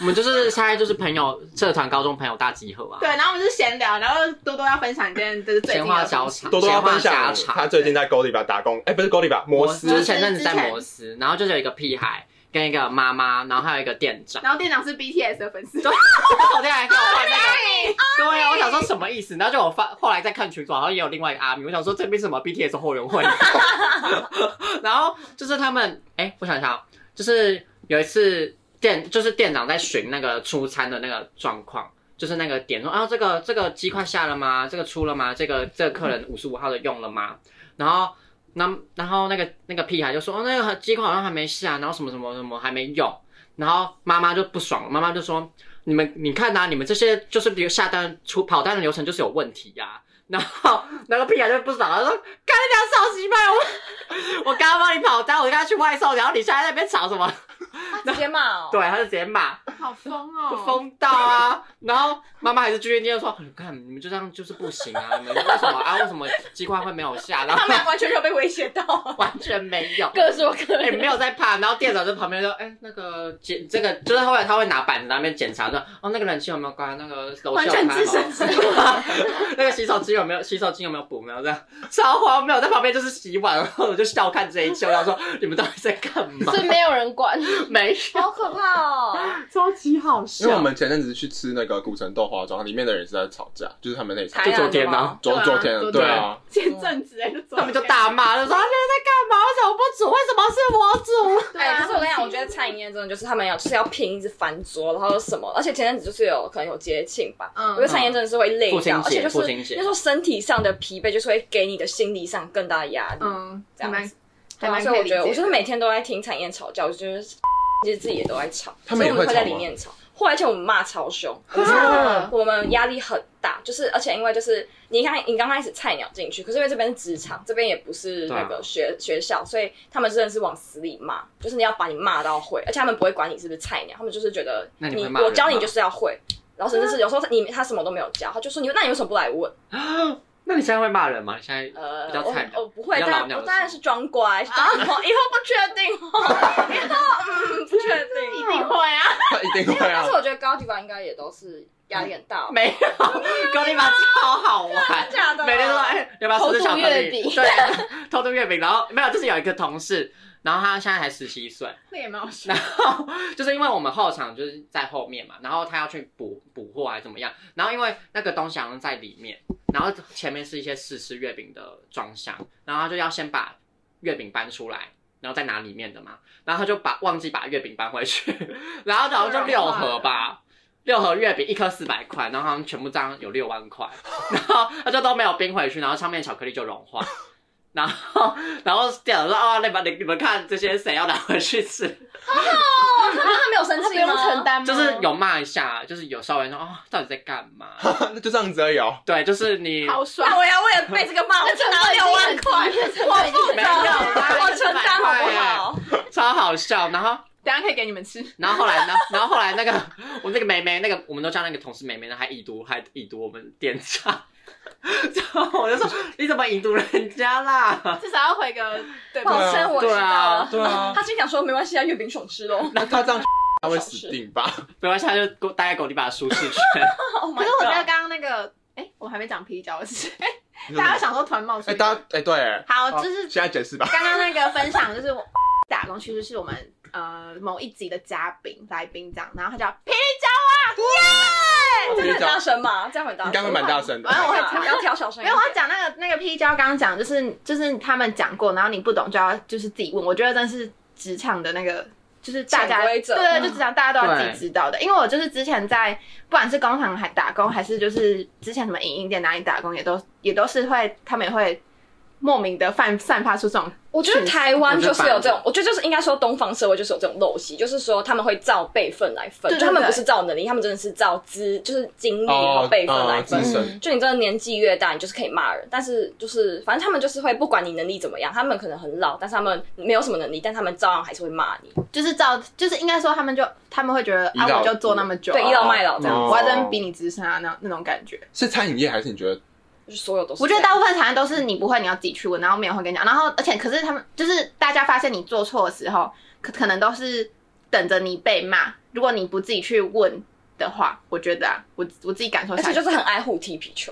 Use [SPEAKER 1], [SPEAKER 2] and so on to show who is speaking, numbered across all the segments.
[SPEAKER 1] 们就是现在就是朋友社团高中朋友大集合啊，
[SPEAKER 2] 对，然后我们就闲聊，然后多多要分享一件就是最
[SPEAKER 1] 闲
[SPEAKER 2] 近
[SPEAKER 1] 话
[SPEAKER 2] 的
[SPEAKER 1] 家
[SPEAKER 2] 故事
[SPEAKER 1] 常，
[SPEAKER 3] 多多要
[SPEAKER 1] 闲话
[SPEAKER 3] 分享
[SPEAKER 1] 家常
[SPEAKER 3] 他最近在 Godiva 打工，哎，不是 Godiva，摩
[SPEAKER 1] 就
[SPEAKER 3] 斯
[SPEAKER 1] 是前阵子在
[SPEAKER 2] 之前
[SPEAKER 1] 摩斯，然后就是有一个屁孩跟一个妈妈，然后还有一个店长。
[SPEAKER 2] 然后店长是 BTS 的粉丝， 对，
[SPEAKER 1] 昨天还给我发那个，对啊，我想说什么意思？然后就我发，后来再看群组，然后也有另外一个阿米，我想说这边是什么 BTS 后援会， 然后就是他们，哎、我想想，就是有一次店，就是店长在巡那个出餐的那个状况。就是那个点说啊，这个这个鸡块下了吗？这个出了吗？这个这个客人五十五号的用了吗？然后，那然后那个那个屁孩就说，哦，那个鸡块好像还没下，然后什么什么什么还没用。然后妈妈就不爽了，妈妈就说，你们你看啊呐、你们这些就是比如下单出跑单的流程就是有问题呀、 然后那个屁孩就不爽了，说：“干你娘，少媳妹！我我 刚刚帮你跑单，我跟他去外送，然后你现在在那边吵什么
[SPEAKER 4] 直接骂哦。？”
[SPEAKER 1] 对，他就直接骂，
[SPEAKER 2] 好疯
[SPEAKER 1] 就
[SPEAKER 2] 哦，
[SPEAKER 1] 疯到啊！然后妈妈还是继续念说：“你看你们就这样就是不行啊！你们为什么啊？为什么鸡块会没有下？然后
[SPEAKER 4] 他们俩完全就被威胁到，
[SPEAKER 1] 完全没有。”
[SPEAKER 4] 各说各
[SPEAKER 1] 哎、没有在怕，然后店长在旁边说，哎、那个检这个，就是后来他会拿板子在那边检查说，哦，那个冷气有没有关，那个楼
[SPEAKER 2] 完
[SPEAKER 1] 下
[SPEAKER 2] 全
[SPEAKER 1] 有开
[SPEAKER 2] 置
[SPEAKER 1] 吗
[SPEAKER 2] 身事
[SPEAKER 1] 那个洗手机有没有洗手巾有没有补没有这样，超荒谬，在旁边就是洗碗，然后我就笑看这一切，然后说你们到底在干 嘛？
[SPEAKER 4] 所以 没有人管，
[SPEAKER 1] 没
[SPEAKER 4] 好可怕哦！
[SPEAKER 2] 超级好
[SPEAKER 3] 因为我
[SPEAKER 2] 笑。
[SPEAKER 3] 们前阵子去吃那个古城豆花庄，里面的人是在吵架，就是他们那一场
[SPEAKER 4] 台，
[SPEAKER 1] 就
[SPEAKER 4] 南
[SPEAKER 1] 昨天
[SPEAKER 4] 的
[SPEAKER 1] 吗
[SPEAKER 4] 吗？
[SPEAKER 3] 昨
[SPEAKER 2] 对啊
[SPEAKER 3] 昨天
[SPEAKER 2] 昨天
[SPEAKER 3] 对啊，
[SPEAKER 2] 前阵子哎，
[SPEAKER 1] 他
[SPEAKER 2] 他
[SPEAKER 1] 们就大骂，就说啊你们在干嘛？为什么不煮？为什么是我煮？
[SPEAKER 2] 对
[SPEAKER 4] 哎，
[SPEAKER 2] 啊，
[SPEAKER 4] 可是我跟你讲，我觉得餐饮业真的就是他们要就是要拼，一直翻桌，然后什么，而且前阵子就是有可能有节庆吧，
[SPEAKER 2] 嗯
[SPEAKER 4] 我觉得餐饮业真的是会累
[SPEAKER 1] 父亲
[SPEAKER 4] 到，
[SPEAKER 1] 节
[SPEAKER 4] 而且就
[SPEAKER 1] 嗯父
[SPEAKER 4] 是
[SPEAKER 1] 亲节
[SPEAKER 4] 那时候身体上的疲惫，就是会给你的心理上更大的压力。
[SPEAKER 2] 嗯，
[SPEAKER 4] 这样
[SPEAKER 2] 还蛮
[SPEAKER 4] 子
[SPEAKER 2] 还
[SPEAKER 4] 对啊，
[SPEAKER 2] 蛮
[SPEAKER 4] 所
[SPEAKER 2] 可以
[SPEAKER 4] 以我
[SPEAKER 2] 理
[SPEAKER 4] 觉
[SPEAKER 2] 解的，
[SPEAKER 4] 得，我就 是每天都在听产业吵架，我觉得其实自己也都在吵，
[SPEAKER 3] 他们也
[SPEAKER 4] 所以
[SPEAKER 3] 会
[SPEAKER 4] 我会在
[SPEAKER 3] 吵
[SPEAKER 4] 里
[SPEAKER 3] 吗
[SPEAKER 4] 面吵。后来而且我们骂超凶，
[SPEAKER 2] 啊
[SPEAKER 4] 我们压力很大，就是而且因为就是你看你刚开始菜鸟进去，可是因为这边是职场，这边也不是那
[SPEAKER 1] 对啊
[SPEAKER 4] 个学、学校，所以他们真的是往死里骂，就是你要把你骂到会，而且他们不会管你是不是菜鸟，他们就是觉得
[SPEAKER 1] 那你会骂人
[SPEAKER 4] 我教你
[SPEAKER 1] 吗
[SPEAKER 4] 就是要会，然后甚
[SPEAKER 2] 啊
[SPEAKER 4] 至是有时候你他什么都没有教，他就说你那你为什么不来问？
[SPEAKER 1] 那你现在会骂人吗？你现在
[SPEAKER 4] 呃，
[SPEAKER 1] 比较菜鸟
[SPEAKER 4] 我我不会，
[SPEAKER 1] 比较老
[SPEAKER 4] 但
[SPEAKER 1] 鸟
[SPEAKER 4] 我
[SPEAKER 1] 的
[SPEAKER 4] 当然
[SPEAKER 1] 时
[SPEAKER 4] 是装乖，是装
[SPEAKER 2] 啊
[SPEAKER 4] 乖，以后不确定哦，以后嗯不确
[SPEAKER 2] 一
[SPEAKER 4] 定。
[SPEAKER 2] 定会啊，
[SPEAKER 3] 他一定会
[SPEAKER 4] 但
[SPEAKER 3] 啊
[SPEAKER 4] 是。我觉得高级吧应该也都是压力很大哦，
[SPEAKER 1] 没有，格力玛超好玩。
[SPEAKER 4] 真的假的？
[SPEAKER 1] 每天都说，哎、要不要吃这巧克
[SPEAKER 5] 偷渡月
[SPEAKER 1] 力？
[SPEAKER 5] 饼
[SPEAKER 1] 对，偷渡月饼。然后没有，就是有一个同事，然后他现在才十七岁，
[SPEAKER 2] 那也蛮好笑
[SPEAKER 1] 然。后就是因为我们后场就是在后面嘛，然后他要去补补货还是怎么样，然后因为那个东西好像在里面，然后前面是一些试吃月饼的装箱，然后他就要先把月饼搬出来。然后再拿里面的嘛，然后他就把忘记把月饼搬回去，然后好像就六盒吧，六盒月饼一颗四百块，然后好像全部这样有六万块，然后他就都没有冰回去，然后上面巧克力就融化，然后然后店长说哦，那把你你们看这些谁要拿回去吃，
[SPEAKER 4] 他没有生
[SPEAKER 5] 他不
[SPEAKER 4] 气吗？
[SPEAKER 5] 用承
[SPEAKER 2] 哦
[SPEAKER 5] 担吗？
[SPEAKER 1] 就是有骂一下，就是有稍微说哦，到底在干嘛？
[SPEAKER 3] 那就这样子而已哦。
[SPEAKER 1] 对，就是你
[SPEAKER 2] 好爽
[SPEAKER 4] 那！啊我要为了被这个骂，我就拿六万块，
[SPEAKER 5] 我负
[SPEAKER 1] 没有啦
[SPEAKER 4] 我承担好不好？
[SPEAKER 1] 超好笑。然后，
[SPEAKER 2] 等一下可以给你们吃，
[SPEAKER 1] 然后后来呢？ 然后后来那个我那个妹妹，那个我们都叫那个同事妹妹，还已读还已读我们店长。然后 我就说你怎么已读人家啦？
[SPEAKER 2] 至少要回个对吧？
[SPEAKER 4] 抱歉，我知道了。
[SPEAKER 3] 对啊，
[SPEAKER 4] 他心想说没关系啊，月饼爽吃喽。
[SPEAKER 3] 那他这样他会死定吧？
[SPEAKER 1] 没关系，他就给我待在狗地把舒适圈。
[SPEAKER 4] Oh
[SPEAKER 2] 可
[SPEAKER 4] my
[SPEAKER 2] 是我觉得
[SPEAKER 4] god！
[SPEAKER 2] 刚刚那个，哎，我还没讲皮脚的事，大家想说团冒出
[SPEAKER 3] 哎，
[SPEAKER 2] 来，
[SPEAKER 3] 大家哎对，
[SPEAKER 4] 啊
[SPEAKER 2] 好，就是
[SPEAKER 3] 现在解释吧。
[SPEAKER 2] 刚刚那个分享就是我 打工，其实是我们呃某一集的嘉宾来宾这样，然后他叫啊霹雳
[SPEAKER 4] 这样很大声嘛，这样很大
[SPEAKER 3] 应该会
[SPEAKER 4] 声。啊
[SPEAKER 3] 蛮大声的
[SPEAKER 2] 椒啊，。反正我很
[SPEAKER 4] 不要调小声一
[SPEAKER 2] 没
[SPEAKER 4] 点。
[SPEAKER 2] 有，我要讲那个那个霹雳椒，刚刚讲就是就是他们讲过，然后你不懂就要就是自己问，我觉得真是职场的那个。就是大家
[SPEAKER 4] 潜
[SPEAKER 2] 对
[SPEAKER 4] 规则
[SPEAKER 2] 对，
[SPEAKER 4] 嗯
[SPEAKER 2] 就职场大家都要自
[SPEAKER 1] 对
[SPEAKER 2] 己知道的，因为我就是之前在不管是工厂还打工，还是就是之前什么影音店哪里打工，也都也都是会他们也会莫名的散散发出这种
[SPEAKER 4] 我觉得台湾就是有这种，我觉得就是应该说东方社会就是有这种陋习，就是说他们会照辈分来分，
[SPEAKER 2] 对
[SPEAKER 4] 就他们
[SPEAKER 2] 对对
[SPEAKER 4] 不是照能力，他们真的是照资，就是经历和
[SPEAKER 3] 哦，
[SPEAKER 4] 辈分来
[SPEAKER 3] 呃
[SPEAKER 4] 分
[SPEAKER 3] 资。深，
[SPEAKER 4] 就你真的年纪越大，你就是可以骂人，但是就是反正他们就是会不管你能力怎么样，他们可能很老，但是他们没有什么能力，但他们照样还是会骂你，
[SPEAKER 2] 嗯就是照，就是应该说他们就他们会觉得
[SPEAKER 3] 倚老
[SPEAKER 2] 啊，我就做那么久，
[SPEAKER 4] 对，倚老卖老这样，
[SPEAKER 3] 哦
[SPEAKER 2] 我要真比你资深啊，那那种感觉。
[SPEAKER 3] 是餐饮业还是你觉得？
[SPEAKER 4] 就是所有都是这
[SPEAKER 2] 我
[SPEAKER 4] 样。
[SPEAKER 2] 觉得大部分产业都是你不会，你要自己去问，然后没有人会跟你讲。然后而且可是他们就是大家发现你做错的时候，可可能都是等着你被骂，如果你不自己去问的话，我觉得啊，我我自己感受
[SPEAKER 4] 而
[SPEAKER 2] 下
[SPEAKER 4] 且
[SPEAKER 2] 来，
[SPEAKER 4] 就是很爱护踢皮球，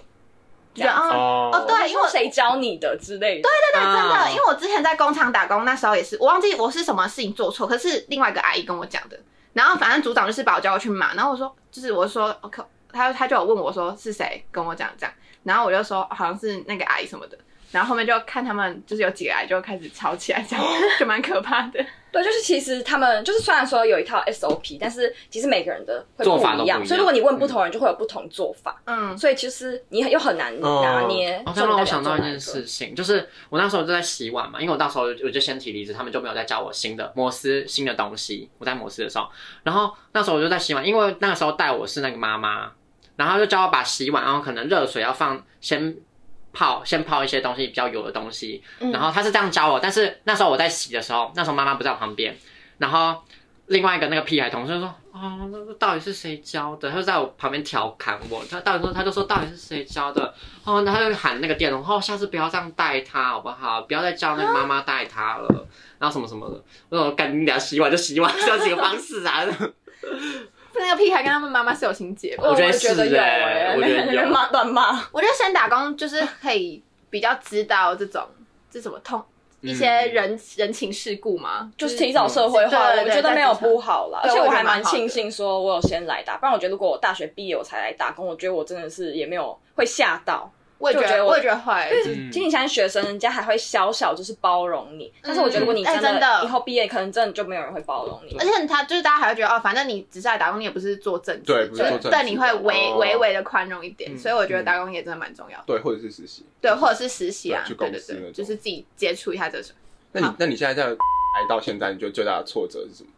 [SPEAKER 2] 就觉得哦
[SPEAKER 3] 哦
[SPEAKER 2] 哦对
[SPEAKER 4] 因为谁教你的之类的。
[SPEAKER 2] 对， 真的，
[SPEAKER 1] 啊
[SPEAKER 2] 因为我之前在工厂打工，那时候也是，我忘记我是什么事情做错，可是另外一个阿姨跟我讲的。然后反正组长就是把我叫过去骂，然后我说，就是我说，OK，他他就有问我说是谁跟我讲这样，然后我就说哦好像是那个阿姨什么的，然后后面就看他们就是有几个阿姨就开始吵起来，这样就蛮可怕的。
[SPEAKER 4] 对，就是其实他们就是虽然说有一套 SOP，但是其实每个人的会
[SPEAKER 1] 做法都不
[SPEAKER 4] 不一
[SPEAKER 1] 一
[SPEAKER 4] 样，
[SPEAKER 1] 样嗯
[SPEAKER 4] 所以如果你问不同人，就会有不同做法，
[SPEAKER 2] 嗯，
[SPEAKER 4] 所以其实你很又很难拿捏。
[SPEAKER 1] 哦，
[SPEAKER 4] 到
[SPEAKER 1] 这
[SPEAKER 4] 底
[SPEAKER 1] 让
[SPEAKER 4] 代
[SPEAKER 1] 我
[SPEAKER 4] 表
[SPEAKER 1] 想到
[SPEAKER 4] 做
[SPEAKER 1] 一
[SPEAKER 4] 哪
[SPEAKER 1] 件
[SPEAKER 4] 个
[SPEAKER 1] 事，情，就是我那时候就在洗碗嘛，因为我那时候我就先提离职，他们就没有再教我新的摩斯新的东西。我在摩斯的时候，然后那时候我就在洗碗，因为那个时候带我是那个妈妈，然后她就教我把洗碗，然后可能热水要放先泡，先泡一些东西比较油的东西，
[SPEAKER 4] 嗯
[SPEAKER 1] 然后她是这样教我，但是那时候我在洗的时候，那时候妈妈不在我旁边，然后另外一个那个屁孩同事就说：“哦，那到底是谁教的？”他就在我旁边调侃我，他到底说他就说到底是谁教的？哦，然后他就喊那个店员，哦，下次不要这样带他好不好？不要再叫那个妈妈带他了，然后什么什么的。我说干你俩洗碗就洗碗，这几个方式啊。
[SPEAKER 2] 那个屁孩跟他们妈妈是有情节吧？
[SPEAKER 1] 我觉得
[SPEAKER 4] 也觉得
[SPEAKER 1] 是
[SPEAKER 4] 有
[SPEAKER 1] 欸
[SPEAKER 4] 欸
[SPEAKER 1] 我觉 得有
[SPEAKER 4] 骂乱骂。
[SPEAKER 2] 我觉得先打工就是可以比较知道这种这什么通一些
[SPEAKER 3] 嗯
[SPEAKER 2] 人、人情世故嘛，
[SPEAKER 4] 就是提早社会化，
[SPEAKER 2] 嗯对对
[SPEAKER 4] 我
[SPEAKER 2] 对
[SPEAKER 4] 觉得没有不好啦，而
[SPEAKER 2] 在职
[SPEAKER 4] 且
[SPEAKER 2] 场
[SPEAKER 4] 我
[SPEAKER 2] 对
[SPEAKER 4] 还蛮庆幸说我有先来打，不然我觉得如果我大学毕业我才来打工，我觉得我真的是也没有会吓到。
[SPEAKER 2] 我也觉
[SPEAKER 4] 就觉得
[SPEAKER 2] 得，
[SPEAKER 4] 我
[SPEAKER 2] 我也觉得会，
[SPEAKER 1] 嗯
[SPEAKER 4] 其实你现在学生，人家还会小小就是包容你，但是我觉得如果你
[SPEAKER 2] 哎
[SPEAKER 4] 真
[SPEAKER 2] 真的
[SPEAKER 4] 的以后毕业，可能真的就没有人会包容你
[SPEAKER 2] 而。且他就是大家还会觉得哦，反正你只是来打工，你也不是做正职，
[SPEAKER 3] 对不是
[SPEAKER 2] 就
[SPEAKER 3] 做正职
[SPEAKER 2] 对，你会微
[SPEAKER 3] 哦
[SPEAKER 2] 微微的宽容一点。
[SPEAKER 1] 嗯
[SPEAKER 2] 所以我觉得打工也真的蛮重要的，
[SPEAKER 3] 对，或者是实习。
[SPEAKER 2] 对，或者是实习啊，
[SPEAKER 3] 对去
[SPEAKER 2] 对
[SPEAKER 3] 公
[SPEAKER 2] 对
[SPEAKER 3] 司那
[SPEAKER 2] 对，
[SPEAKER 3] 种
[SPEAKER 2] 就是自己接触一下这种。
[SPEAKER 3] 那你
[SPEAKER 2] 好
[SPEAKER 3] 那你现在在来到现在，你觉得最大的挫折是什么？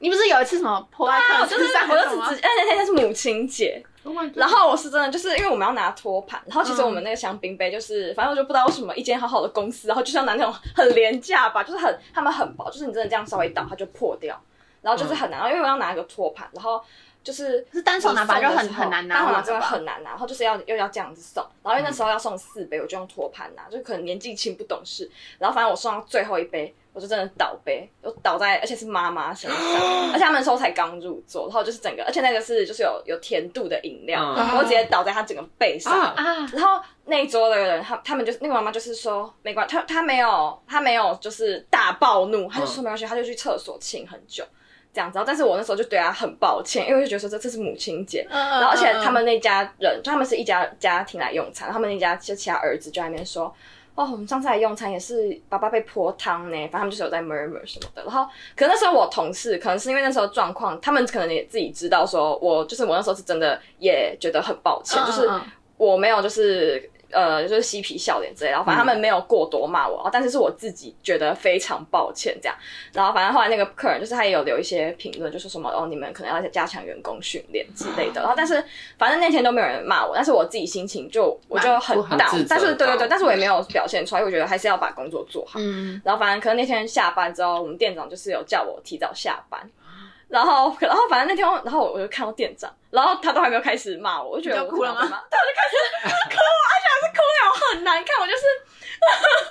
[SPEAKER 2] 你不是有一次什么泼在
[SPEAKER 4] 啊，
[SPEAKER 2] 课
[SPEAKER 4] 我就是
[SPEAKER 2] 本上
[SPEAKER 4] 我
[SPEAKER 2] 还
[SPEAKER 4] 就是
[SPEAKER 2] 什么
[SPEAKER 4] 是直，哎那天是母亲节，
[SPEAKER 2] ，Oh
[SPEAKER 4] 然后我是真的就是因为我们要拿托盘，然后其实
[SPEAKER 2] 嗯
[SPEAKER 4] 我们那个香槟杯就是，反正我就不知道为什么一间好好的公司，然后就是要拿那种很廉价吧，就是很他们很薄，就是你真的这样稍微倒它就破掉，然后就是很难，因为我要拿一个托盘，然后就是。
[SPEAKER 2] 嗯是单手拿吧，就很很难拿
[SPEAKER 4] 单手拿
[SPEAKER 2] 稳
[SPEAKER 4] 真的
[SPEAKER 2] 吧。嗯
[SPEAKER 4] 很难拿，然后就是要又要这样子送，然后因为那时候要送四杯，我就用托盘拿，就可能年纪轻不懂事，然后反正我送到最后一杯，我就真的倒杯，我倒在而且是妈妈 身上，而且他们那时候才刚入座，然后就是整个，而且那个是就是有有甜度的饮料，
[SPEAKER 1] 嗯
[SPEAKER 4] 我直接倒在他整个背上，
[SPEAKER 1] 啊，
[SPEAKER 2] 啊，
[SPEAKER 4] 然后那一桌的人，他他们就是那个妈妈，就是说没关，她她没有，她没有就是大暴怒，她
[SPEAKER 1] 嗯
[SPEAKER 4] 就说没关系，她就去厕所亲很久这样子。然后但是我那时候就对她很抱歉，因为我就觉得说这这是母亲节，
[SPEAKER 2] 然
[SPEAKER 4] 然后而且他们那家人，就他们是一家家庭来用餐，他们那家就其他儿子就在那边说。哦，我们上次来用餐也是爸爸被泼汤呢，反正他们就是有在 murmur 什么的。然后，可能那时候我同事，可能是因为那时候状况，他们可能也自己知道说我就是我那时候是真的也觉得很抱
[SPEAKER 2] 嗯
[SPEAKER 4] 歉，就是我没有就是呃就是嬉皮笑脸之类的，然后反正他们没有过多骂我，然后但是是我自己觉得非常抱歉这样。然后反正后来那个客人就是他也有留一些评论，就说什么哦你们可能要加强员工训练之类的。然后但是反正那天都没有人骂我，但是我自己心情就我就很
[SPEAKER 1] 很
[SPEAKER 4] down，
[SPEAKER 1] 自责
[SPEAKER 4] 但是对对对，
[SPEAKER 1] down
[SPEAKER 4] 但是我也没有表现出来，因为我觉得还是要把工作做好。
[SPEAKER 2] 嗯，
[SPEAKER 4] 然后反正可能那天下班之后，我们店长就是有叫我提早下班，然后然后反正那天我，然后我就看到店长，然后他都还没有开始骂我，我就觉得
[SPEAKER 2] 你
[SPEAKER 4] 我
[SPEAKER 2] 就哭了吗
[SPEAKER 4] 怎么 对，我就开始哭，啊而且还是哭那种很难看，我就是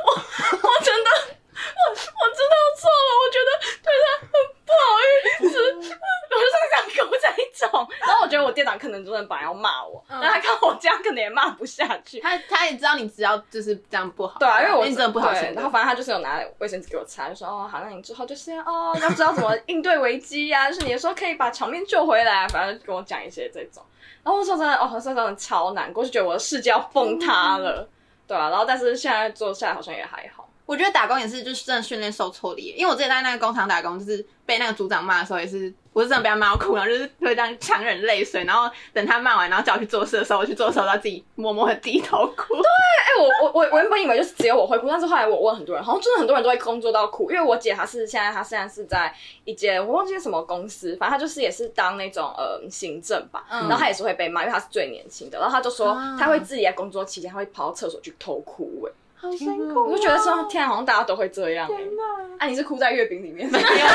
[SPEAKER 4] 我我真的。我我知道错了，我觉得对他很不好意思，我就是想哭这一种。然后我觉得我店长可能真的本来要骂我，
[SPEAKER 2] 嗯
[SPEAKER 4] 但他看我这样可能也骂不下去，
[SPEAKER 2] 他他也知道你知道就是这样不好，
[SPEAKER 4] 对啊，因为我
[SPEAKER 2] 真的不好
[SPEAKER 4] 对
[SPEAKER 2] 选择
[SPEAKER 4] 然后反正他就是有拿卫生纸给我擦，就说哦，好，那你之后就是要哦，要知道怎么应对危机呀、 就是你有时候可以把场面救回来、啊反正就跟我讲一些这种。然后我说真的，哦，那时候真的超难过，就觉得我的世界要崩塌
[SPEAKER 2] 嗯
[SPEAKER 4] 了，对啊，然后但是现在做下来好像也还好，
[SPEAKER 2] 我觉得打工也是，就是真的训练受挫力耶。因为我之前在那个工厂打工，就是被那个组长骂的时候，也是我是真的被他骂到哭，然后就是会这样强忍泪水，然后等他骂完，然后叫我去做事的时候，我去做的时候，他自己默默的低头哭。
[SPEAKER 4] 哎、我我我我原本以为就是只有我会哭，但是后来我问很多人，好像真的很多人都会工作到哭。因为我姐她是现在她现在是在一间我忘记是什么公司，反正她就是也是当那种呃行政吧，
[SPEAKER 2] 嗯
[SPEAKER 4] 然后她也是会被骂，因为她是最年轻的。然后她就说
[SPEAKER 2] 啊
[SPEAKER 4] 她会自己在工作期间，她会跑到厕所去偷哭、哎，
[SPEAKER 2] 好辛
[SPEAKER 1] 苦哦
[SPEAKER 4] 我就觉得说天、啊，好像大家都会这样、哎
[SPEAKER 2] 天哪！
[SPEAKER 4] 啊，你是哭在月饼里 面，你
[SPEAKER 1] 没有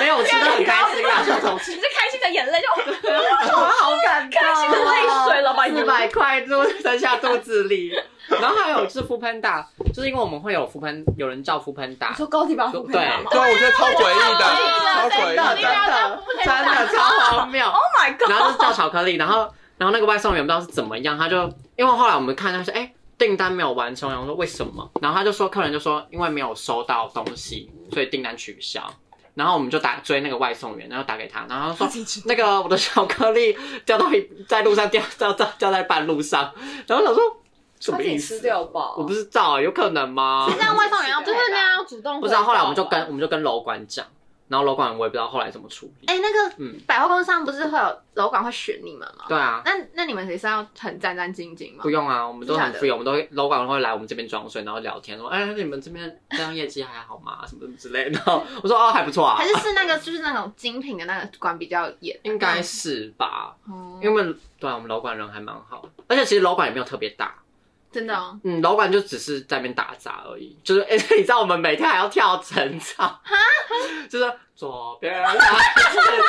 [SPEAKER 1] 没有，我吃的很开心啊，小偷
[SPEAKER 4] 是开心的眼泪就
[SPEAKER 1] 我好感动，
[SPEAKER 4] 开心的泪水，老板
[SPEAKER 1] 四百百块就吞下肚子里。然后还有就是 f o o Panda，就是因为我们会有 f o o Panda，有人叫 f o o Panda，
[SPEAKER 4] 说高级版
[SPEAKER 1] 对
[SPEAKER 4] 副配吗
[SPEAKER 3] 对啊，我觉得超诡异
[SPEAKER 2] 我
[SPEAKER 3] 的，超
[SPEAKER 2] 觉
[SPEAKER 3] 诡
[SPEAKER 2] 得
[SPEAKER 3] 异
[SPEAKER 1] 啊真的真
[SPEAKER 3] 的。
[SPEAKER 1] 的真 的超荒谬。
[SPEAKER 4] ？Oh my god！
[SPEAKER 1] 然后就叫巧克力，然后然后那个外送员不知道是怎么样，他就因为后来我们看他说，哎、订单没有完成，然后我说为什么？然后他就说客人就说因为没有收到东西，所以订单取消。然后我们就打追那个外送员，然后打给他，然后他说那个我的巧克力掉到一在路上掉掉掉掉在半路上，然后我想说什
[SPEAKER 4] 他
[SPEAKER 1] 么
[SPEAKER 4] 自
[SPEAKER 1] 意
[SPEAKER 4] 己
[SPEAKER 1] 思
[SPEAKER 4] 吃？掉吧。
[SPEAKER 1] 我不知道，有可能吗？
[SPEAKER 2] 那外送员要真
[SPEAKER 4] 对
[SPEAKER 5] 真的
[SPEAKER 2] 的啊那样。
[SPEAKER 5] 那样主动回报吧？
[SPEAKER 1] 不知道，后来我们就跟我们就跟楼管讲，然后楼管我也不知道后来怎么处理。
[SPEAKER 2] 哎、那个
[SPEAKER 1] 嗯
[SPEAKER 2] 百货公司上不是会有楼管会选你们吗？
[SPEAKER 1] 对啊，
[SPEAKER 2] 那那你们也是要很战战兢兢吗
[SPEAKER 1] 不？用啊，我们都
[SPEAKER 2] 真
[SPEAKER 1] 很
[SPEAKER 2] 的
[SPEAKER 1] free，我们都会楼管会来我们这边装睡，然后聊天说，哎，你们这边这样业绩还好吗？ 什么什么之类的。然后我说哦，还不错啊
[SPEAKER 2] 还，是是那个就是那种精品的那个管比较严？
[SPEAKER 1] 应该是吧，
[SPEAKER 2] 哦，
[SPEAKER 1] 因为对啊，我们楼管人还蛮好，而且其实楼管也没有特别大，
[SPEAKER 2] 真的哦，
[SPEAKER 1] 嗯，楼管就只是在那边打杂而已，就是哎， 你知道我们每天还要跳绳操， 就是左边然后这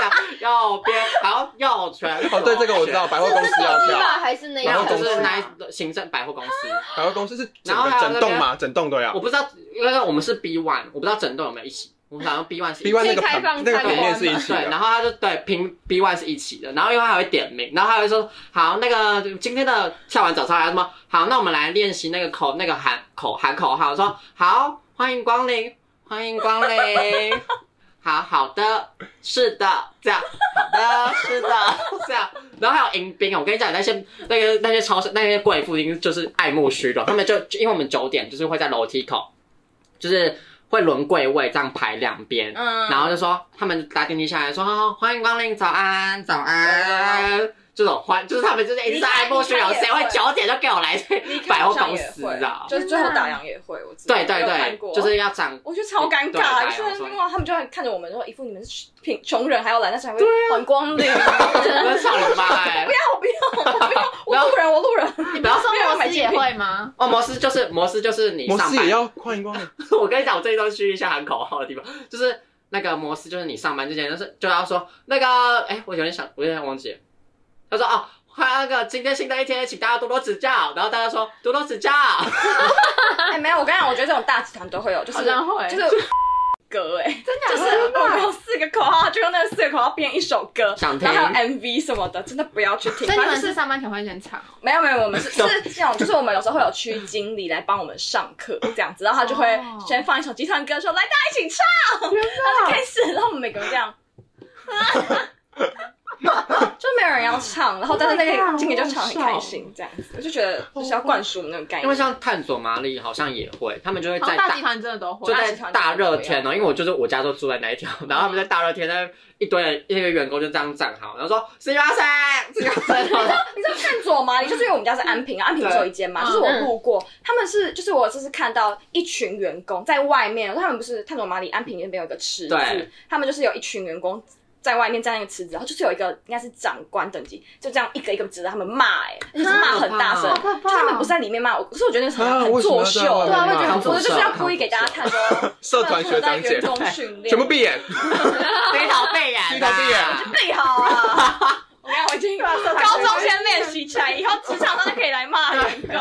[SPEAKER 1] 样， 右边然后右拳，
[SPEAKER 3] 哦，对，这个我知道，百货公司要
[SPEAKER 5] 是
[SPEAKER 3] 跳，
[SPEAKER 5] 吧？还是那
[SPEAKER 1] 然
[SPEAKER 5] 样？
[SPEAKER 1] 后
[SPEAKER 3] 百货
[SPEAKER 1] 就
[SPEAKER 3] 公
[SPEAKER 1] 是
[SPEAKER 3] 司
[SPEAKER 1] 那啊一行政百货公司。
[SPEAKER 3] 百货公司是整
[SPEAKER 1] 然后
[SPEAKER 3] 个
[SPEAKER 1] 还有那
[SPEAKER 3] 整
[SPEAKER 1] 个
[SPEAKER 3] 栋嘛，整栋都要
[SPEAKER 1] 我。不知道，因为我们是 B one，我不知道整栋有没有一起。我们好像 B one 是
[SPEAKER 3] B one 那个
[SPEAKER 5] 开放
[SPEAKER 3] 旁那个
[SPEAKER 5] 参
[SPEAKER 3] 平面是一
[SPEAKER 5] 观
[SPEAKER 3] 起
[SPEAKER 1] 对，
[SPEAKER 3] 的，
[SPEAKER 1] 然后他就对评 B one 是一起的，然后因为他还会点名，然后他会说好，那个今天的下完早操还有什么？好，那我们来练习那个口那个喊口喊口号，说好，欢迎光临，欢迎光临。好好的，是的，这样，好的，是的，这样。然后还有迎宾，我跟你讲，那些那个那些超市那些贵妇已经就是爱慕虚荣，他们就就因为我们九点就是会在楼梯口，就是会轮柜位这样排两边，
[SPEAKER 4] 嗯
[SPEAKER 1] 然后就说他们搭电梯下来说、哦欢迎光临，早安，早安。这种欢就是他们就是一直在爱慕虚荣，
[SPEAKER 4] 啊你看
[SPEAKER 1] 谁会九点就给我来这百货公司
[SPEAKER 4] 好像也
[SPEAKER 1] 啊
[SPEAKER 4] 会？就是最后打烊也会，我知道。
[SPEAKER 1] 对对
[SPEAKER 4] 我有看
[SPEAKER 1] 对，
[SPEAKER 4] 过
[SPEAKER 1] 就是要 长
[SPEAKER 4] 我觉得超尴
[SPEAKER 1] 对
[SPEAKER 4] 尬，
[SPEAKER 1] 打
[SPEAKER 4] 就
[SPEAKER 1] 烊
[SPEAKER 4] 是
[SPEAKER 1] 所以
[SPEAKER 4] 因为他们就会看着我们说一副你们是贫穷人还要来，但是还会
[SPEAKER 1] 啊
[SPEAKER 4] 很 光临。
[SPEAKER 1] 跟上你妈哎
[SPEAKER 4] 不！要不要不要，我路人我路人。
[SPEAKER 2] 你不要说
[SPEAKER 4] 没有
[SPEAKER 2] 摩
[SPEAKER 4] 买
[SPEAKER 2] 斯
[SPEAKER 4] 精
[SPEAKER 2] 也
[SPEAKER 4] 品
[SPEAKER 2] 会吗？
[SPEAKER 1] 哦，摩斯就是摩斯就是你
[SPEAKER 3] 摩
[SPEAKER 1] 上
[SPEAKER 3] 斯也
[SPEAKER 1] 班。
[SPEAKER 3] 要换光了。
[SPEAKER 1] 我跟你讲，我这一段去一下喊口号的地方，就是那个摩斯就是你上班之前就是就要说那个哎，我有点想，我有点忘记了。他说哦。那个今天新的一天，请大家多多指教。然后大家说多多指教，
[SPEAKER 4] 哎，没有，我跟你讲，我觉得这种大集团都会有，就是
[SPEAKER 2] 好像 会，
[SPEAKER 4] 就是歌哎，真的就是
[SPEAKER 2] 真的
[SPEAKER 4] 我们有四个口号，就用那四个口号编一首歌，
[SPEAKER 1] 想听
[SPEAKER 4] 然后还有 MV 什么的，真的不要去听。
[SPEAKER 2] 所以你
[SPEAKER 4] 反正
[SPEAKER 2] 们
[SPEAKER 4] 就是
[SPEAKER 2] 是上班前会先唱哦，
[SPEAKER 4] 没有没有，我 们是是这种，就是我们有时候会有区经理来帮我们上课这样子，然后他就会
[SPEAKER 2] 哦
[SPEAKER 4] 先放一首鸡汤歌，说来大家一起唱，然
[SPEAKER 2] 啊
[SPEAKER 4] 后就开始，然后我们每个人这样。 就没有人要唱，然后但是那
[SPEAKER 1] Oh my
[SPEAKER 4] 个
[SPEAKER 1] God，
[SPEAKER 4] 经理就唱得
[SPEAKER 1] 好
[SPEAKER 4] 很
[SPEAKER 1] 好
[SPEAKER 4] 开
[SPEAKER 1] 笑
[SPEAKER 4] 心，这样子，我就觉得就是要灌输我们那种概
[SPEAKER 1] 因为
[SPEAKER 4] 念。
[SPEAKER 1] 像探索玛丽好像也会，他们就会
[SPEAKER 2] 好
[SPEAKER 1] 在
[SPEAKER 2] 像大集团真的都
[SPEAKER 1] 就
[SPEAKER 2] 会。
[SPEAKER 1] 在大热天哦，因为我就是我家就住在那一条，然后他们在大热天，那一堆人一堆员工就这样站好，然后说十八岁，十八岁，
[SPEAKER 4] 你知道探左吗？你就是因为我们家是安平啊，安平只有一间嘛，
[SPEAKER 2] 嗯
[SPEAKER 4] 就是我路过，他们是就是我这次看到一群员工在外面，他们不是探左马里安平那边有一个池子
[SPEAKER 1] 对，
[SPEAKER 4] 他们就是有一群员工。在外面站那个池子，然后就是有一个应该是长官等级，就这样一个一个指着他们骂、哎，而且是骂很大声，
[SPEAKER 1] 好
[SPEAKER 2] 可
[SPEAKER 4] 就
[SPEAKER 2] 怕哦
[SPEAKER 4] 他们不是在里面骂我，可是我觉得那个
[SPEAKER 3] 啊
[SPEAKER 4] 很很
[SPEAKER 3] 为什么要
[SPEAKER 4] 作秀，
[SPEAKER 3] 在外面
[SPEAKER 2] 对啊会觉得很
[SPEAKER 4] 我
[SPEAKER 1] 作秀
[SPEAKER 4] 就是要故意给大家看说，
[SPEAKER 3] 社团学长姐
[SPEAKER 4] 员工训练，
[SPEAKER 3] 全部闭眼，
[SPEAKER 1] 黑桃背眼，
[SPEAKER 3] 低头闭眼，
[SPEAKER 4] 背好啊！我跟你讲，我已经高中先练习起来，以后职场上就可以来骂员工。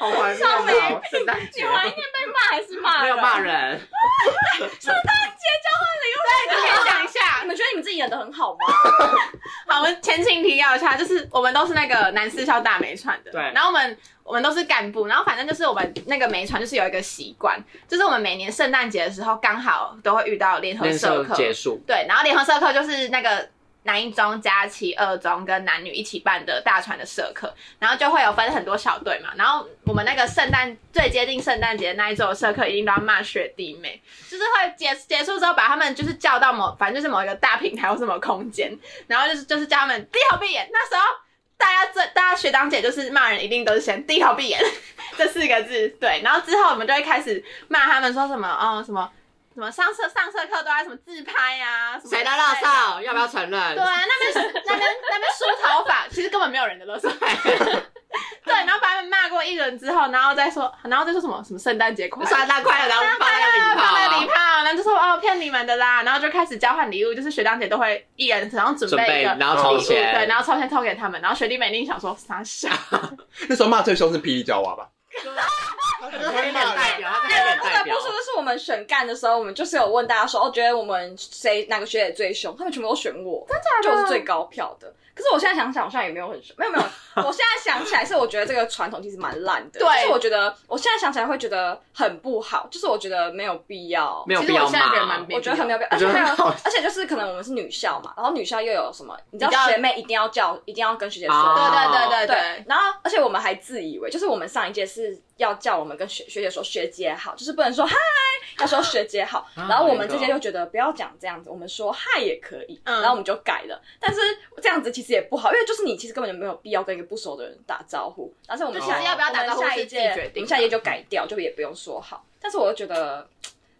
[SPEAKER 1] 好怀念哦
[SPEAKER 4] 上面，
[SPEAKER 1] 圣诞
[SPEAKER 4] 你
[SPEAKER 1] 节
[SPEAKER 4] 怀念啊被骂还是骂？
[SPEAKER 1] 没有骂。人，
[SPEAKER 4] 结交换礼
[SPEAKER 2] 可
[SPEAKER 4] 物，
[SPEAKER 2] 以讲一下
[SPEAKER 4] 你，们觉得你们自己演的很好吗？
[SPEAKER 2] 好，我们前情提要一下，就是我们都是那个男四校大美传的，
[SPEAKER 1] 对
[SPEAKER 2] 然后我们我们都是干部，然后反正就是我们那个美传就是有一个习惯，就是我们每年圣诞节的时候刚好都会遇到联合
[SPEAKER 1] 那时候
[SPEAKER 2] 社课，
[SPEAKER 1] 结束，
[SPEAKER 2] 对，然后联合社课就是那个男一中、加七二中跟男女一起办的大船的社课，然后就会有分很多小队嘛。然后我们那个圣诞最接近圣诞节的那一周的社课，一定都要骂学弟妹，就是会结结束之后把他们就是叫到某，反正就是某一个大平台或是某空间，然后就是就是叫他们低头闭眼。那时候大家这大家学长姐就是骂人，一定都是先低头闭眼这四个字，对。然后之后我们就会开始骂他们说什么哦什么。什么上社上社课都要什么自拍啊？什么
[SPEAKER 1] 谁的
[SPEAKER 2] 之
[SPEAKER 1] 垃
[SPEAKER 2] 类
[SPEAKER 1] 圾？要不要承认
[SPEAKER 2] 对？啊，那边那边那边梳头发，其实根本没有人的垃圾。对，然后把他们骂骂过一人之后，然后再说，然后再说什么什么圣诞节快乐，
[SPEAKER 1] 圣诞快乐，然后就放在那
[SPEAKER 2] 啊
[SPEAKER 1] 里
[SPEAKER 2] 放在
[SPEAKER 1] 泡
[SPEAKER 2] 礼炮，然后就说哦骗你们的啦，然后就开始交换礼物，就是学长姐都会一人手上准
[SPEAKER 1] 准
[SPEAKER 2] 备
[SPEAKER 1] 备，
[SPEAKER 2] 一个
[SPEAKER 1] 然后
[SPEAKER 2] 礼
[SPEAKER 1] 抽
[SPEAKER 2] 物，
[SPEAKER 1] 钱，
[SPEAKER 2] 对，然后抽签抽给他们，然后学弟妹一定想说傻笑，
[SPEAKER 3] 那时候骂最凶是霹雳娇娃吧？
[SPEAKER 1] 他就是黑脸代表，他是黑
[SPEAKER 4] 对，
[SPEAKER 1] 脸
[SPEAKER 4] 不得
[SPEAKER 1] 代
[SPEAKER 4] 不
[SPEAKER 1] 表。
[SPEAKER 4] 说，就是我们选干的时候，我们就是有问大家说，哦，觉得我们谁哪个学姐最凶？他们全部都选我，就
[SPEAKER 2] 的
[SPEAKER 4] 我是最高票的。可是我现在想想，好像也没有很凶，没有没有。我现在想起来是，我觉得这个传统其实蛮烂的。
[SPEAKER 2] 对
[SPEAKER 4] 就是我觉得我现在想起来会觉得很不好，就是我觉得没有必要，
[SPEAKER 1] 没有
[SPEAKER 2] 其
[SPEAKER 1] 必
[SPEAKER 2] 实我
[SPEAKER 1] 要
[SPEAKER 2] 现在觉得
[SPEAKER 1] 骂
[SPEAKER 2] 蛮，
[SPEAKER 4] 我觉得很没有必要，而
[SPEAKER 1] 我觉
[SPEAKER 4] 且
[SPEAKER 1] 得
[SPEAKER 4] 还有
[SPEAKER 1] 很好，
[SPEAKER 4] 而且就是可能我们是女校嘛，然后女校又有什么，你知
[SPEAKER 2] 比较
[SPEAKER 4] 道学妹一定要叫，一定要跟学姐说，
[SPEAKER 1] 啊
[SPEAKER 2] 对对对对
[SPEAKER 4] 对
[SPEAKER 2] 对，，
[SPEAKER 4] 然后而且我们还自以为，就是我们上一届是要叫我们跟学学姐说学姐好，就是不能说嗨，要说学姐好。
[SPEAKER 1] 啊
[SPEAKER 4] 然后我们这届就觉得不要讲这样子，我们说嗨也可以，
[SPEAKER 2] 嗯
[SPEAKER 4] 然后我们就改了。但是这样子其实也不好，因为就是你其实根本就没有必要跟一个不熟的人打招呼。但是我们
[SPEAKER 2] 就
[SPEAKER 4] 下
[SPEAKER 2] 其实要不要打招呼
[SPEAKER 4] 我们下
[SPEAKER 2] 是
[SPEAKER 4] 一
[SPEAKER 2] 自己
[SPEAKER 4] 届，
[SPEAKER 2] 决定的
[SPEAKER 4] 我们下一届就改掉，就也不用说好。但是我又觉得，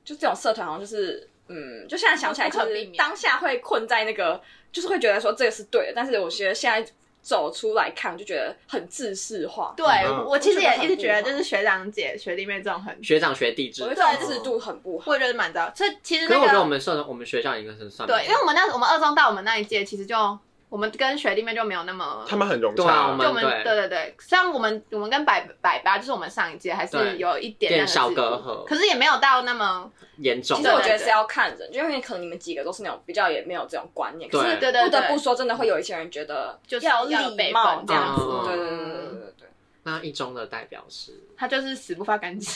[SPEAKER 4] 就这种社团好像就是。嗯，就现在想起来，
[SPEAKER 2] 不
[SPEAKER 4] 就
[SPEAKER 2] 可避
[SPEAKER 4] 是
[SPEAKER 2] 免
[SPEAKER 4] 当下会困在那个，就是会觉得说这个是对的，但是我觉得现在走出来看，就觉得很自视化，
[SPEAKER 2] 对
[SPEAKER 3] 嗯
[SPEAKER 2] 我其实也一直觉得就是学长姐学弟妹这种很，
[SPEAKER 1] 学长学弟
[SPEAKER 4] 我觉得
[SPEAKER 1] 制。
[SPEAKER 4] 这种制度很不好。
[SPEAKER 2] 我也觉得蛮糟，所以其实
[SPEAKER 1] 可是
[SPEAKER 2] 那
[SPEAKER 1] 我觉得我
[SPEAKER 2] 个
[SPEAKER 1] 们社我们学校应该是算
[SPEAKER 2] 对，因为我们那我们二中到我们那一届其实就我们跟学弟妹就没有那么
[SPEAKER 3] 他们很融
[SPEAKER 1] 对啊
[SPEAKER 3] 洽
[SPEAKER 1] 我
[SPEAKER 2] 就
[SPEAKER 1] 们
[SPEAKER 2] 我们对对对，虽然我们我们跟百百八就是我们上一届还
[SPEAKER 1] 对
[SPEAKER 2] 是有一点那
[SPEAKER 1] 点
[SPEAKER 2] 个
[SPEAKER 1] 小
[SPEAKER 2] 制
[SPEAKER 1] 隔
[SPEAKER 2] 度
[SPEAKER 1] 阂
[SPEAKER 2] 可是也没有到那么
[SPEAKER 1] 严重
[SPEAKER 4] 其实。我觉得是要看人，就因为可能你们几个都是那种比较也没有这种观念，
[SPEAKER 1] 对
[SPEAKER 4] 可是
[SPEAKER 2] 对对
[SPEAKER 4] 不得
[SPEAKER 2] 对
[SPEAKER 4] 不说，真的会有一些人觉得
[SPEAKER 2] 就是
[SPEAKER 4] 要
[SPEAKER 2] 要有
[SPEAKER 4] 礼
[SPEAKER 2] 辈
[SPEAKER 4] 貌
[SPEAKER 2] 分
[SPEAKER 4] 这样子，
[SPEAKER 1] 嗯
[SPEAKER 4] 对对对对对对对。
[SPEAKER 1] 那一中的代表是，
[SPEAKER 2] 他就是死不发干净。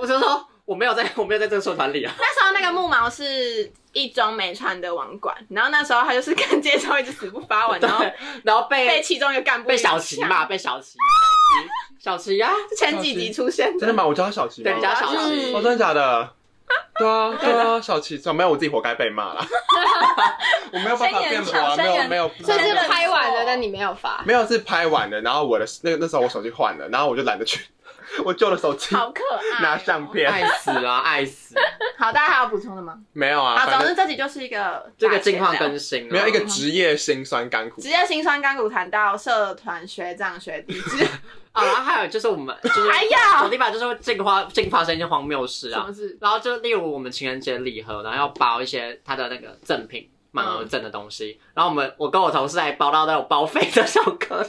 [SPEAKER 1] 我就说我没有在， 我没有在这个社团里啊。
[SPEAKER 2] 那时候那个木毛是一中没穿的网管，然后那时候他就是跟街头一直死不发完，然后
[SPEAKER 1] 然后
[SPEAKER 2] 被
[SPEAKER 1] 被
[SPEAKER 2] 其中一个干部
[SPEAKER 1] 被小齐
[SPEAKER 2] 嘛，
[SPEAKER 1] 骂，被小齐，小啊齐 呀，
[SPEAKER 2] 前几集出现
[SPEAKER 3] 真的吗？我叫他小琪吗？
[SPEAKER 1] 对，你叫小齐
[SPEAKER 3] 哦，。真的假的？对啊，对啊，小琪，没有我自己活该被 骂啦。我没有办法辩驳啊，
[SPEAKER 4] 先
[SPEAKER 3] 没
[SPEAKER 4] 演
[SPEAKER 3] 有没有，
[SPEAKER 4] 所
[SPEAKER 5] 所
[SPEAKER 4] 以
[SPEAKER 5] 以
[SPEAKER 4] 是
[SPEAKER 5] 是
[SPEAKER 4] 拍
[SPEAKER 5] 拍
[SPEAKER 4] 完
[SPEAKER 5] 完
[SPEAKER 4] 了
[SPEAKER 5] 了，
[SPEAKER 4] 但
[SPEAKER 5] 但
[SPEAKER 4] 你
[SPEAKER 5] 你没有发。
[SPEAKER 3] 没有是拍完的，然后我的那那时候我手机换了，然后我就懒得去， 我旧的手机
[SPEAKER 2] 好可爱哦、
[SPEAKER 3] 拿相片，
[SPEAKER 1] 爱死了，爱死！
[SPEAKER 2] 好，大家还有补充的吗？
[SPEAKER 3] 没有啊，
[SPEAKER 2] 好，
[SPEAKER 3] 反
[SPEAKER 2] 总之
[SPEAKER 3] 正
[SPEAKER 2] 这集就是一个
[SPEAKER 1] 这个近况
[SPEAKER 2] 大闲聊
[SPEAKER 1] 更新啊
[SPEAKER 3] 没有一个职业辛酸甘苦
[SPEAKER 2] 直。接心酸甘苦谈到社团学长学弟制，
[SPEAKER 1] 啊，然后还有就是我们就是
[SPEAKER 2] 还
[SPEAKER 1] 小
[SPEAKER 2] 有
[SPEAKER 1] 地板就是会近发近发生一些荒谬事
[SPEAKER 2] 什
[SPEAKER 1] 啊
[SPEAKER 2] 么，事？
[SPEAKER 1] 然后就例如我们情人节礼盒，然后要包一些他的那个赠品。满额赠的东西，然后我们我跟我同事还包到那种报废的巧克力，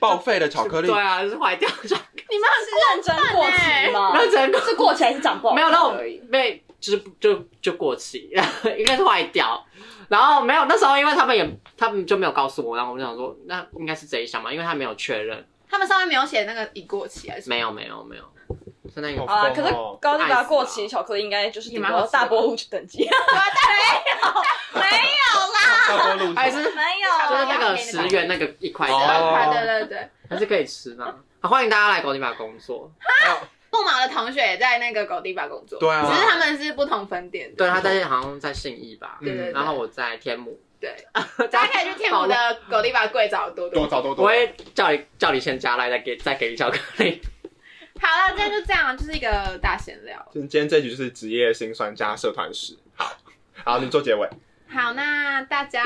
[SPEAKER 3] 报废的巧克
[SPEAKER 1] 嗯
[SPEAKER 3] 力
[SPEAKER 1] 对，啊，就是坏掉的巧克力，
[SPEAKER 2] 你们很
[SPEAKER 4] 是认真过期吗？
[SPEAKER 1] 那整个
[SPEAKER 4] 是过期还是长不好
[SPEAKER 1] 没有那种
[SPEAKER 4] 而已？
[SPEAKER 1] 被就是就就过期， 应该是坏掉。然后没有那时候，因为他们也他们就没有告诉我，然后我们就想说，那应该是这一项嘛，因为他没有确认，
[SPEAKER 2] 他们上面没有写那个已过期还是什么？
[SPEAKER 1] 没有没有没有，是那
[SPEAKER 3] 好
[SPEAKER 1] 个
[SPEAKER 4] 好啦，
[SPEAKER 3] 疯
[SPEAKER 4] 可是
[SPEAKER 3] 哦
[SPEAKER 4] 高地
[SPEAKER 1] 爱死啊
[SPEAKER 4] 达
[SPEAKER 1] 了
[SPEAKER 4] 过期巧克力应该就是
[SPEAKER 2] 也
[SPEAKER 4] 顶
[SPEAKER 2] 蛮好
[SPEAKER 4] 多
[SPEAKER 2] 吃的
[SPEAKER 4] 大波路等级，
[SPEAKER 3] 要多录
[SPEAKER 1] 还是就是
[SPEAKER 4] 没
[SPEAKER 1] 那个
[SPEAKER 2] 给你
[SPEAKER 1] 十
[SPEAKER 2] 吧
[SPEAKER 1] 元那个一块
[SPEAKER 3] 哦
[SPEAKER 1] 的，
[SPEAKER 2] 对对对对，
[SPEAKER 1] 还是可以吃的。好，欢迎大家来狗地把工作，
[SPEAKER 3] 哦
[SPEAKER 2] 木毛的同学也在那个狗地吧工作，
[SPEAKER 3] 对啊
[SPEAKER 2] 只是他们是不同分店的。
[SPEAKER 1] 对，他在好像在信义吧，
[SPEAKER 2] 对对对
[SPEAKER 1] 然后我在天母，
[SPEAKER 2] 对，
[SPEAKER 1] 大
[SPEAKER 2] 大家可以去天母，的狗地吧柜找多
[SPEAKER 3] 多
[SPEAKER 2] 多。
[SPEAKER 3] 找多
[SPEAKER 1] 我
[SPEAKER 3] 多。
[SPEAKER 1] 会叫你叫你先加来，再给再给你巧克力。
[SPEAKER 2] 好了，今天就这样，就是一个大闲聊。
[SPEAKER 3] 今天这一局就是职业辛酸加社团史。好，好，你做结尾。
[SPEAKER 2] 好，那大家，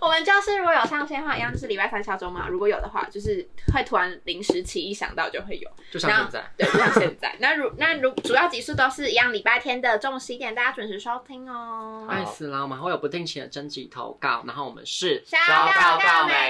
[SPEAKER 2] 我们就是如果有上线的话，一样就是礼拜三下周嘛。如果有的话，就是会突然临时起意想到就会有。
[SPEAKER 1] 就像现在，
[SPEAKER 2] 对，就像现在。那如那如主要集数都是一样，礼拜天的中午十一点，大家准时收听哦。
[SPEAKER 1] 爱死了，我们还会有不定期的征集投稿，然后我们是
[SPEAKER 2] 小告告
[SPEAKER 1] 美